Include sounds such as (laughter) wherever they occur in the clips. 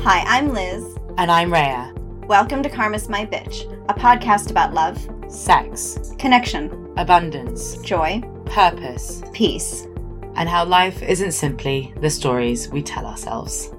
Hi, I'm Liz. And I'm Raya. Welcome to Karma's My Bitch, a podcast about love, Sex, connection, abundance, joy, purpose, peace. and how life isn't simply the stories we tell ourselves.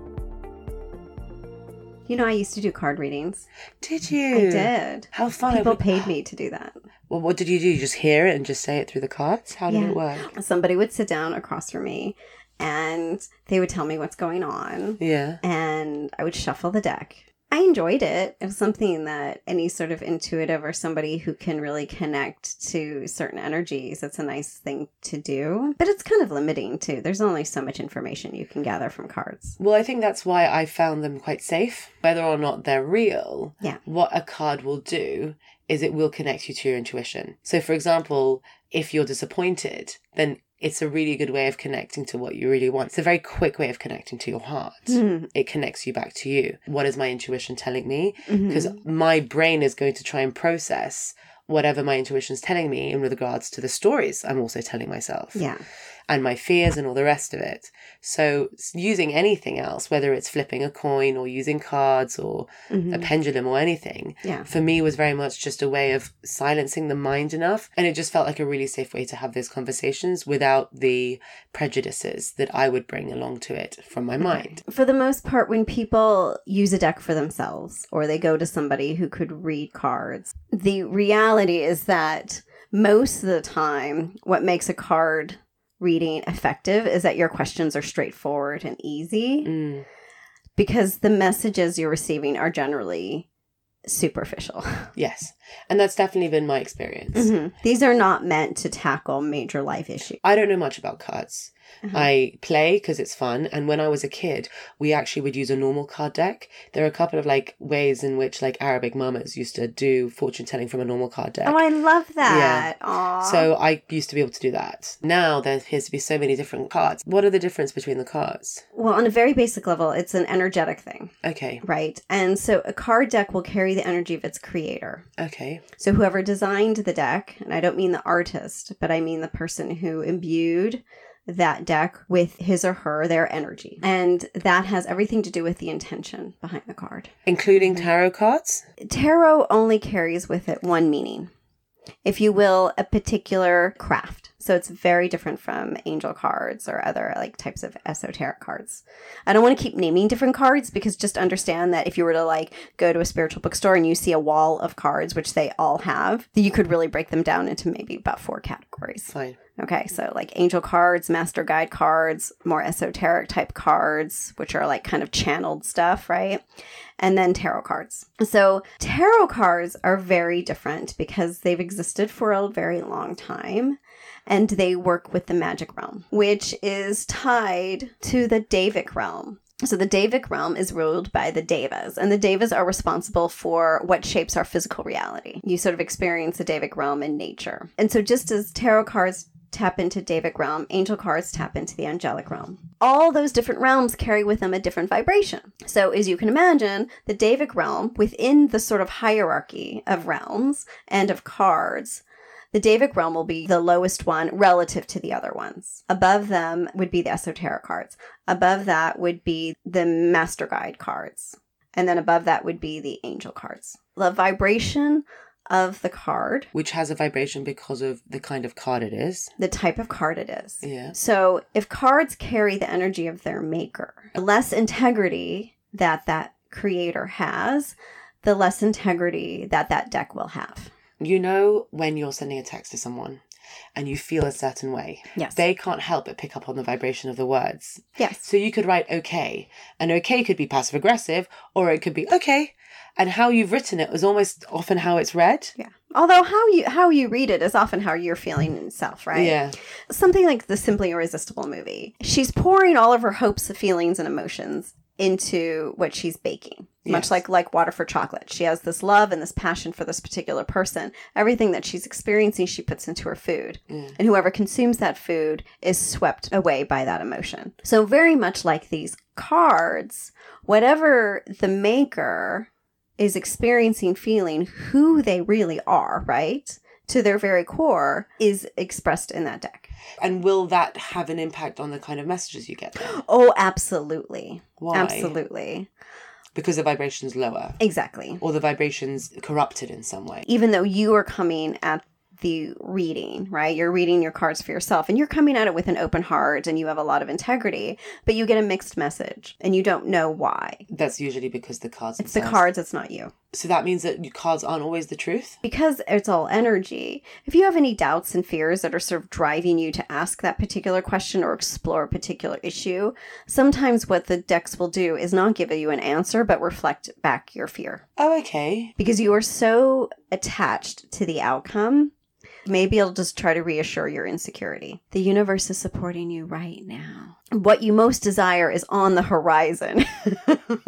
You know, I used to do card readings. Did you? I did. How fun. People (laughs) paid me to do that. Well, what did you do? You just hear it and just say it through the cards? How did Yeah. it work? Somebody would sit down across from me and they would tell me what's going on, Yeah. and I would shuffle the deck. I enjoyed it. It was something that any sort of intuitive or somebody who can really connect to certain energies, it's a nice thing to do. But it's kind of limiting too. There's only so much information you can gather from cards. Well, I think that's why I found them quite safe. Whether or not they're real, Yeah. what a card will do is it will connect you to your intuition. So, for example, if you're disappointed, then it's a really good way of connecting to what you really want. It's a very quick way of connecting to your heart. Mhm. It connects you back to you. What is my intuition telling me? Mhm. because my brain is going to try and process whatever my intuition's telling me in regards to the stories I'm also telling myself Yeah. and my fears and all the rest of it. So s- using anything else, whether it's flipping a coin or using cards or a Mhm. pendulum or anything, Yeah. for me was very much just a way of silencing the mind enough. And it just felt like a really safe way to have those conversations without the prejudices that I would bring along to it from my mind. For the most part, when people use a deck for themselves or they go to somebody who could read cards, the reality is that most of the time, what makes a card reading effective is that your questions are straightforward and easy Mm. because the messages you're receiving are generally superficial. (laughs) Yes. And that's definitely been my experience. Mhm. These are not meant to tackle major life issues. I don't know much about cards. Mhm. I play because it's fun. And when I was a kid, we actually would use a normal card deck. There are a couple of like ways in which like Arabic mamas used to do fortune telling from a normal card deck. Oh, I love that. Aw. so I used to be able to do that. Now there appears to be so many different cards. What are the difference between the cards? well, on a very basic level, it's an energetic thing. Okay, Right. And so a card deck will carry the energy of its creator. okay, So whoever designed the deck, and I don't mean the artist, but I mean the person who imbued that deck with his or her their energy. And that has everything to do with the intention behind the card. including tarot cards. Tarot only carries with it one meaning. If you will, a particular craft. So it's very different from angel cards or other like types of esoteric cards. I don't want to keep naming different cards because just understand that if you were to like go to a spiritual bookstore and you see a wall of cards, which they all have, you could really break them down into maybe about four categories. Fine. Okay, so like angel cards, master guide cards, more esoteric type cards, which are like kind of channeled stuff, right? And then tarot cards. So tarot cards are very different because they've existed for a very long time and they work with the magic realm, which is tied to the Davic realm. So the Davic realm is ruled by the Devas, and the Devas are responsible for what shapes our physical reality. You sort of experience the Davic realm in nature. And so just as tarot cards tap into Davic realm, angel cards tap into the angelic realm. All those different realms carry with them a different vibration. So as you can imagine, the Davic realm within the sort of hierarchy of realms and of cards the Davic realm will be the lowest one relative to the other ones. Above them would be the esoteric cards. Above that would be the master guide cards. And then above that would be the angel cards. The vibration of the card, Which has a vibration because of the kind of card it is. the type of card it is. Yeah. So if cards carry the energy of their maker, the less integrity that that creator has, the less integrity that that deck will have. You know when you're sending a text to someone and you feel a certain way. Yes. They can't help but pick up on the vibration of the words. yes. So you could write okay, and okay could be passive aggressive, or it could be okay. And how you've written it is almost often how it's read. Yeah. Although how you how you read it is often how you're feeling itself, right? Yeah. Something like the Simply Irresistible movie. She's pouring all of her hopes, feelings, and emotions into what she's baking. Much Yes. like like water for chocolate. She has this love and this passion for this particular person. Everything that she's experiencing, she puts into her food. Mm. And whoever consumes that food is swept away by that emotion. So very much like these cards, whatever the maker is experiencing feeling who they really are, right? To their very core is expressed in that deck. And will that have an impact on the kind of messages you get? then? Oh, absolutely. Why? Absolutely. because the vibration's lower Exactly. or the vibration's corrupted in some way. Even though you are coming at the reading, right? You're reading your cards for yourself and you're coming at it with an open heart and you have a lot of integrity, but you get a mixed message and you don't know why. That's usually because the cards. It's the themselves- cards, it's not you. So that means that your cards aren't always the truth. because it's all energy, if you have any doubts and fears that are sort of driving you to ask that particular question or explore a particular issue, sometimes what the decks will do is not give you an answer but reflect back your fear. Oh, okay. Because you are so attached to the outcome, maybe it'll just try to reassure your insecurity. The universe is supporting you right now. What you most desire is on the horizon. (laughs)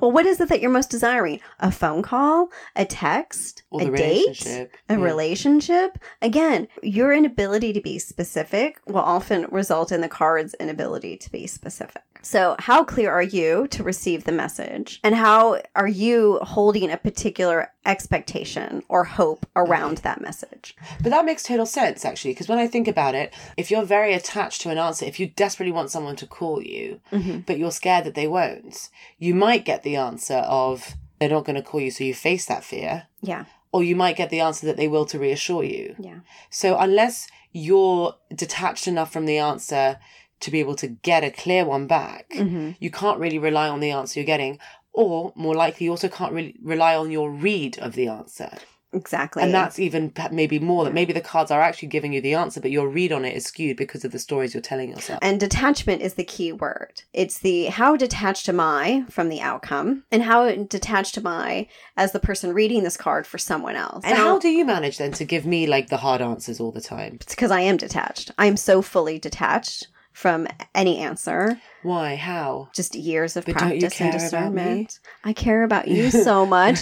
well, what is it that you're most desiring? A phone call, a text, Or a the date? relationship. a Yeah. relationship again your inability to be specific will often result in the card's inability to be specific so how clear are you to receive the message and how are you holding a particular expectation or hope around that message But that makes total sense, actually, because when I think about it, if you're very attached to an answer, if you desperately want someone to call you, but you're scared that they won't, you might get the answer of they're not going to call you, so you face that fear. yeah Or you might get the answer that they will to reassure you. yeah So, unless you're detached enough from the answer to be able to get a clear one back, Mhm. you can't really rely on the answer you're getting. Or more likely, you also can't really rely on your read of the answer. exactly And that's even p- maybe more that maybe the cards are actually giving you the answer, but your read on it is skewed because of the stories you're telling yourself. And detachment is the key word. It's the how detached am I from the outcome and how detached am I as the person reading this card for someone else. so, how do you manage then to give me like the hard answers all the time? It's because I am detached. I'm so fully detached from any answer. Why? How? Just years of But don't you practice and care about me? discernment. I care about (laughs) you so much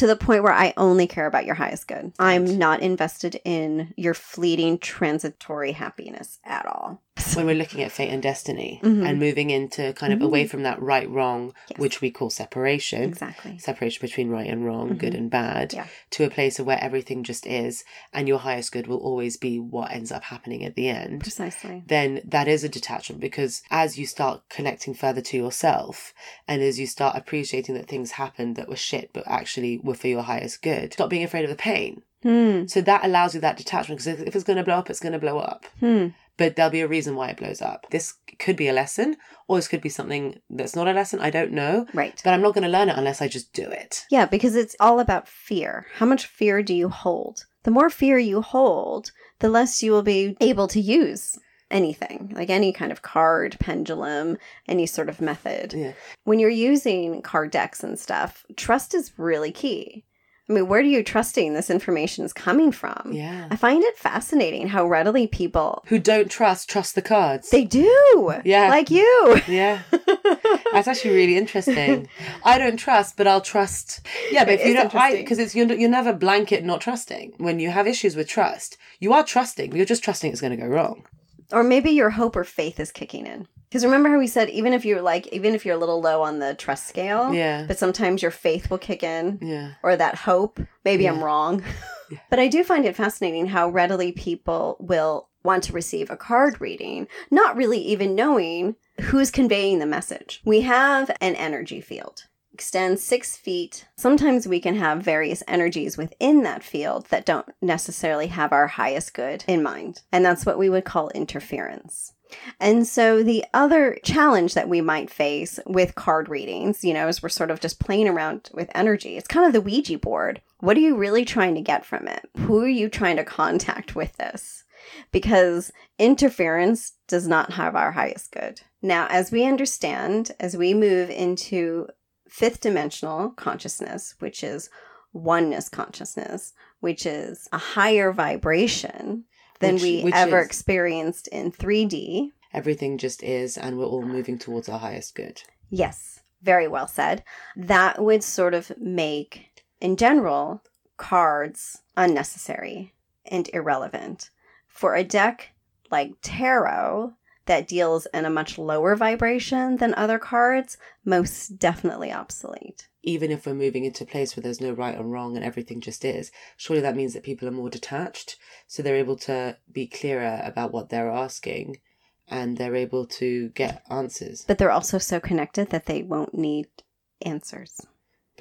to the point where I only care about your highest good. I'm not invested in your fleeting transitory happiness at all. when we're looking at fate and destiny Mhm. and moving into kind of away from that right wrong, Mm-hmm. Yes. which we call separation. Exactly. Mm-hmm. Separation between right and wrong, good and bad, Yeah. to a place of where everything just is, and your highest good will always be what ends up happening at the end. Precisely. then that is a detachment because as you start connecting further to yourself and as you start appreciating that things happened that were shit but actually were for your highest good, stop being afraid of the pain. Hmm. So that allows you that detachment because if it's going to blow up, it's going to blow up. Hmm. But there'll be a reason why it blows up. This could be a lesson or this could be something that's not a lesson. I don't know. Right. But I'm not going to learn it unless I just do it. Yeah, because it's all about fear. How much fear do you hold? The more fear you hold, the less you will be able to use anything, like any kind of card, pendulum, any sort of method. Yeah. When you're using card decks and stuff, trust is really key. I mean, where are you trusting this information is coming from? Yeah. I find it fascinating how readily people Who don't trust, trust the cards. they do. Yeah. Like you. yeah. That's actually (laughs) really interesting. I don't trust, but I'll trust. Yeah, but It if you is don't, I interesting. because it's you're, you're never blanket not trusting. When you have issues with trust, you are trusting, but you're just trusting it's going to go wrong. or maybe your hope or faith is kicking in. Because remember how we said even if you're like even if you're a little low on the trust scale, Yeah. but sometimes your faith will kick in Yeah, or that hope. Maybe I'm (laughs) Yeah. wrong. but I do find it fascinating how readily people will want to receive a card reading, not really even knowing who's conveying the message. We have an energy field. Extends six feet. Sometimes we can have various energies within that field that don't necessarily have our highest good in mind. And that's what we would call interference. And so the other challenge that we might face with card readings, you know, is we're sort of just playing around with energy. It's kind of the Ouija board. What are you really trying to get from it? Who are you trying to contact with this? Because interference does not have our highest good. Now, as we understand, as we move into fifth dimensional consciousness, which is oneness consciousness, which is a higher vibration than Which- we which ever is- experienced in 3D. everything just is, and we're all moving towards our highest good. Yes, very well said. That would sort of make, in general, cards unnecessary and irrelevant. For a deck like tarot that deals in a much lower vibration than other cards, most definitely obsolete. Even if we're moving into a place where there's no right or wrong, and everything just is, surely that means that people are more detached, so they're able to be clearer about what they're asking, and they're able to get answers. But they're also so connected that they won't need answers.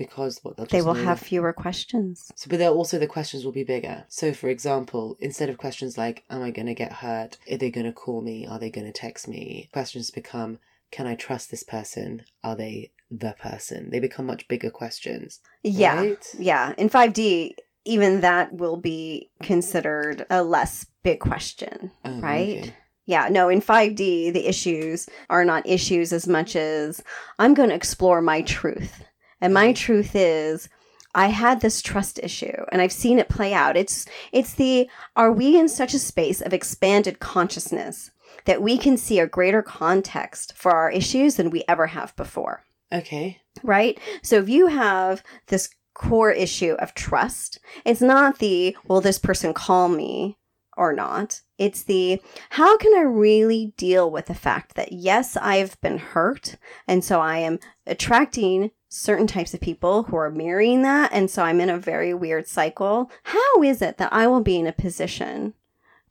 because what they'll They just will know- have fewer questions. So, but they'll also the questions will be bigger. So, for example, instead of questions like "Am I going to get hurt? Are they going to call me? Are they going to text me?" Questions become "Can I trust this person? Are they the person?" They become much bigger questions. Yeah. right? Yeah. In 5D, even that will be considered a less big question. Oh, Right? okay. Yeah, no, in 5D, the issues are not issues as much as I'm going to explore my truth. And my Mhm. truth is I had this trust issue and I've seen it play out. It's it's the are we in such a space of expanded consciousness that we can see a greater context for our issues than we ever have before? Okay. right? So if you have this core issue of trust, it's not the will this person call me or not. It's the how can I really deal with the fact that yes, I've been hurt and so I am attracting certain types of people who are mirroring that and so I'm in a very weird cycle. How is it that I will be in a position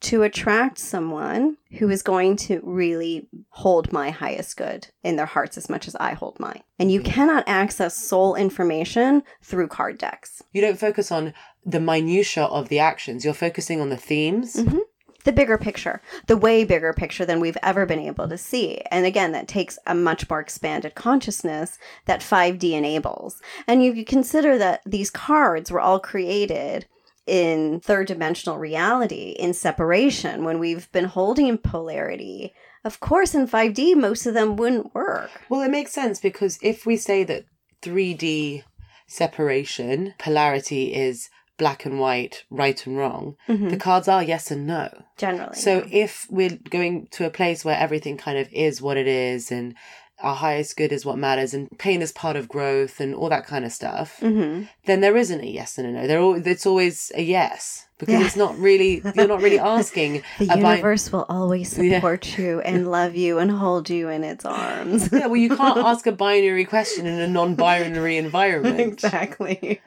to attract someone who is going to really hold my highest good in their hearts as much as I hold mine. And you cannot access soul information through card decks. You don't focus on the minutia of the actions. You're focusing on the themes. Mhm. The bigger picture, the way bigger picture than we've ever been able to see. And again, that takes a much more expanded consciousness that 5D enables. And you, you consider that these cards were all created in third dimensional reality, in separation, when we've been holding in polarity. Of course, in 5D, most of them wouldn't work. Well, it makes sense because if we say that 3D separation, polarity is black and white, right and wrong, Mm-hmm. the cards are yes and no. generally. Mm-hmm. So if we're going to a place where everything kind of is what it is and our highest good is what matters and pain is part of growth and all that kind of stuff, hmm then there isn't a yes and a no. There al- it's always a yes because Yeah. it's not really you're (laughs) not really asking the about- universe will always (laughs) Yeah. support you and love you and hold you in its (laughs) arms. Yeah, well you can't ask a binary question in a non-binary environment. (laughs) exactly.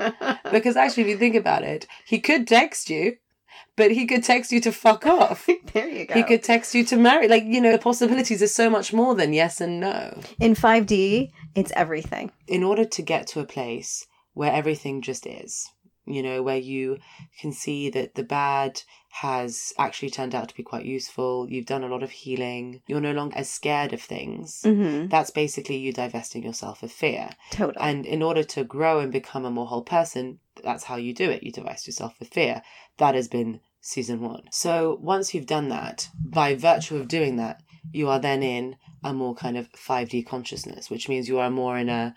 Because actually, if you think about it, he could text you, but he could text you to (laughs) fuck off. there you go. He could text you to marry. Like, you know, the possibilities are so much more than yes and no. in 5D, it's everything. In order to get to a place where everything just is, you know, where you can see that the bad has actually turned out to be quite useful, you've done a lot of healing, you're no longer as scared of things. hmm That's basically you divesting yourself of fear. Totally. And in order to grow and become a more whole person, that's how you do it. You divest yourself with fear. That has been season one. So once you've done that, by virtue of doing that, you are then in a more kind of 5D consciousness, which means you are more in a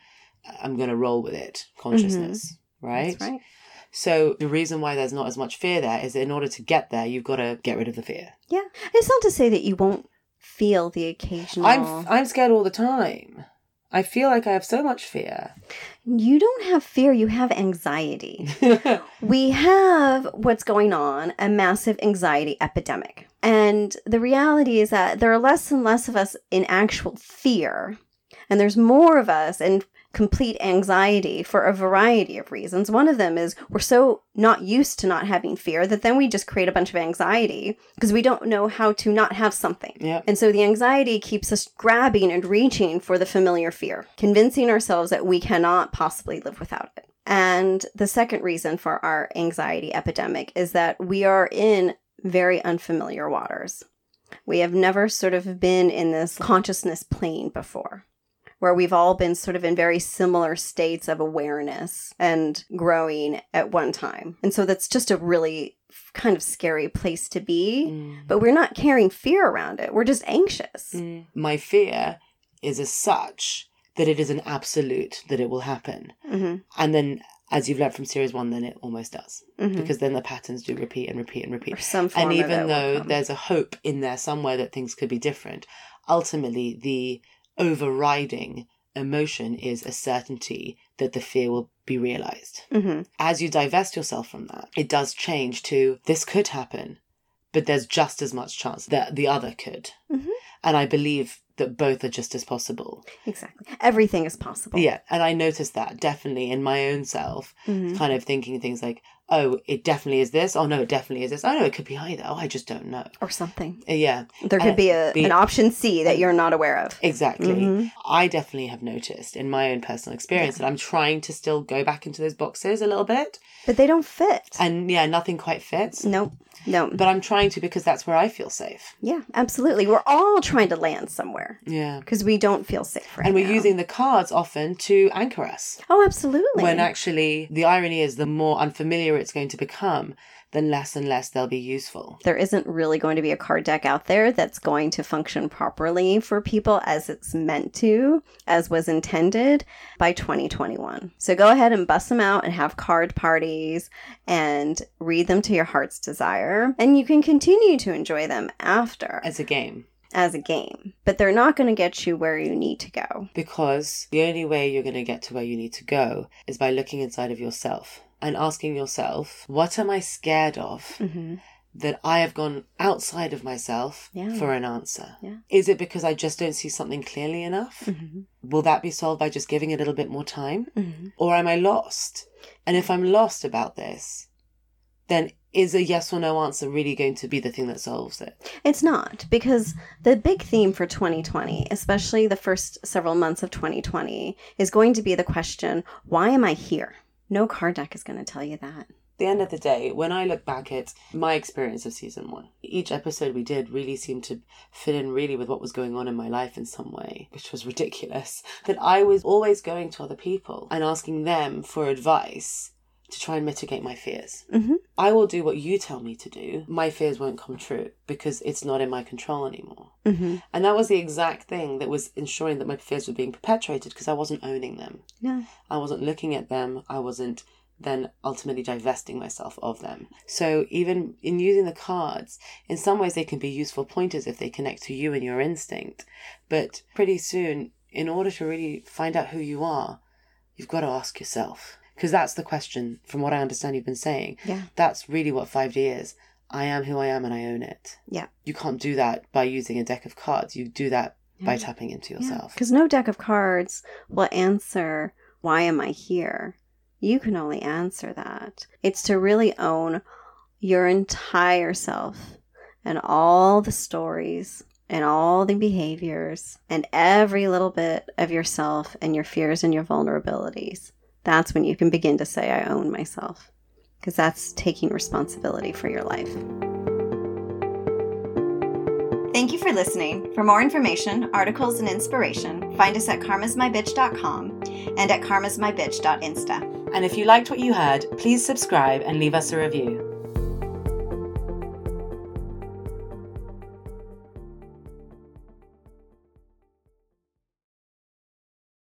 I'm going to roll with it consciousness, Mm-hmm. right? That's right. So the reason why there's not as much fear there is that in order to get there, you've got to get rid of the fear. Yeah. It's not to say that you won't feel the occasional. I'm I'm scared all the time. I feel like I have so (laughs) much fear. (laughs) you don't have fear, you have anxiety. We have what's going on a massive anxiety epidemic. And the reality is that there are less and less of us in actual fear, and there's more of us in complete anxiety for a variety of reasons. One of them is we're so not used to not having fear that then we just create a bunch of anxiety because we don't know how to not have something. yep. And so the anxiety keeps us grabbing and reaching for the familiar fear, convincing ourselves that we cannot possibly live without it. And the second reason for our anxiety epidemic is that we are in very unfamiliar waters. We have never sort of been in this consciousness plane before, where we've all been sort of in very similar states of awareness and growing at one time. And so that's just a really kind of scary place to be Mm. but we're not carrying fear around it. We're just anxious. My fear is as such that it is an absolute that it will happen. Mm-hmm. And then, as you've learned from series one, then it almost does. Mm-hmm. Because then the patterns do repeat and repeat and repeat. Or some form And of it even will though come. there's a hope in there somewhere that things could be different, ultimately the overriding emotion is a certainty that the fear will be realized. Mhm. As you divest yourself from that, it does change to this could happen, but there's just as much chance that the other could. Mhm. And I believe that both are just as possible. Exactly. Everything is possible. Yeah. And I noticed that definitely in my own self, Mhm. kind of thinking things like, oh, it definitely is this. Oh, no, it definitely is this. Oh, no, it could be either. Oh, I just don't know. Or something. Uh, Yeah, There could Uh, be, a, be- an option C that you're not aware of. exactly. Mhm. I definitely have noticed in my own personal experience that I'm trying to still go back into those boxes a little bit. But they don't fit. And yeah, nothing quite fits. no, no. But I'm trying to because that's where I feel safe. Yeah, absolutely. We're all trying to land somewhere Yeah. because we don't feel safe right and we're now. using the cards often to anchor us. Oh, absolutely. When actually, the irony is the more unfamiliar it's going to become, then less and less they'll be useful. there isn't really going to be a card deck out there that's going to function properly for people as it's meant to, as was intended by 2021. So go ahead and bust them out and have card parties and read them to your heart's desire. And you can continue to enjoy them after As a game. as a game, but they're not going to get you where you need to go. Because the only way you're going to get to where you need to go is by looking inside of yourself and asking yourself, what am I scared of? Mm-hmm. that I have gone outside of myself Yeah. for an answer? Yeah. Is it because I just don't see something clearly enough? Mm-hmm. Will that be solved by just giving it a little bit more time? Mm-hmm. Or am I lost? And if I'm lost about this, then is a yes or no answer really going to be the thing that solves it? It's not because the big theme for 2020, especially the first several months of 2020, is going to be the question, why am I here? No card deck is going to tell you that. At the end of the day, when I look back at my experience of season one, each episode we did really seemed to fit in really with what was going on in my life in some way, which was ridiculous. (laughs) That I was always going to other people and asking them for advice to try and mitigate my fears. Mhm. I will do what you tell me to do. My fears won't come true because it's not in my control anymore. Mm-hmm. And that was the exact thing that was ensuring that my fears were being perpetuated because I wasn't owning them. No. I wasn't looking at them. I wasn't then ultimately divesting myself of them. So even in using the cards, in some ways they can be useful pointers if they connect to you and your instinct. But pretty soon, in order to really find out who you are, you've got to ask yourself. Because that's the question, from what I understand you've been saying. Yeah. That's really what 5D is. I am who I am and I own it. Yeah. You can't do that by using a deck of cards. You do that by tapping into yourself. Because no deck of cards will answer, why am I here? You can only answer that. It's to really own your entire self and all the stories and all the behaviors and every little bit of yourself and your fears and your vulnerabilities. That's when you can begin to say, I own myself. Because that's taking responsibility for your life. Thank you for listening. For more information, articles, and inspiration, find us at karmasmybitch.com and at karmasmybitch.insta. And if you liked what you heard, please subscribe and leave us a review.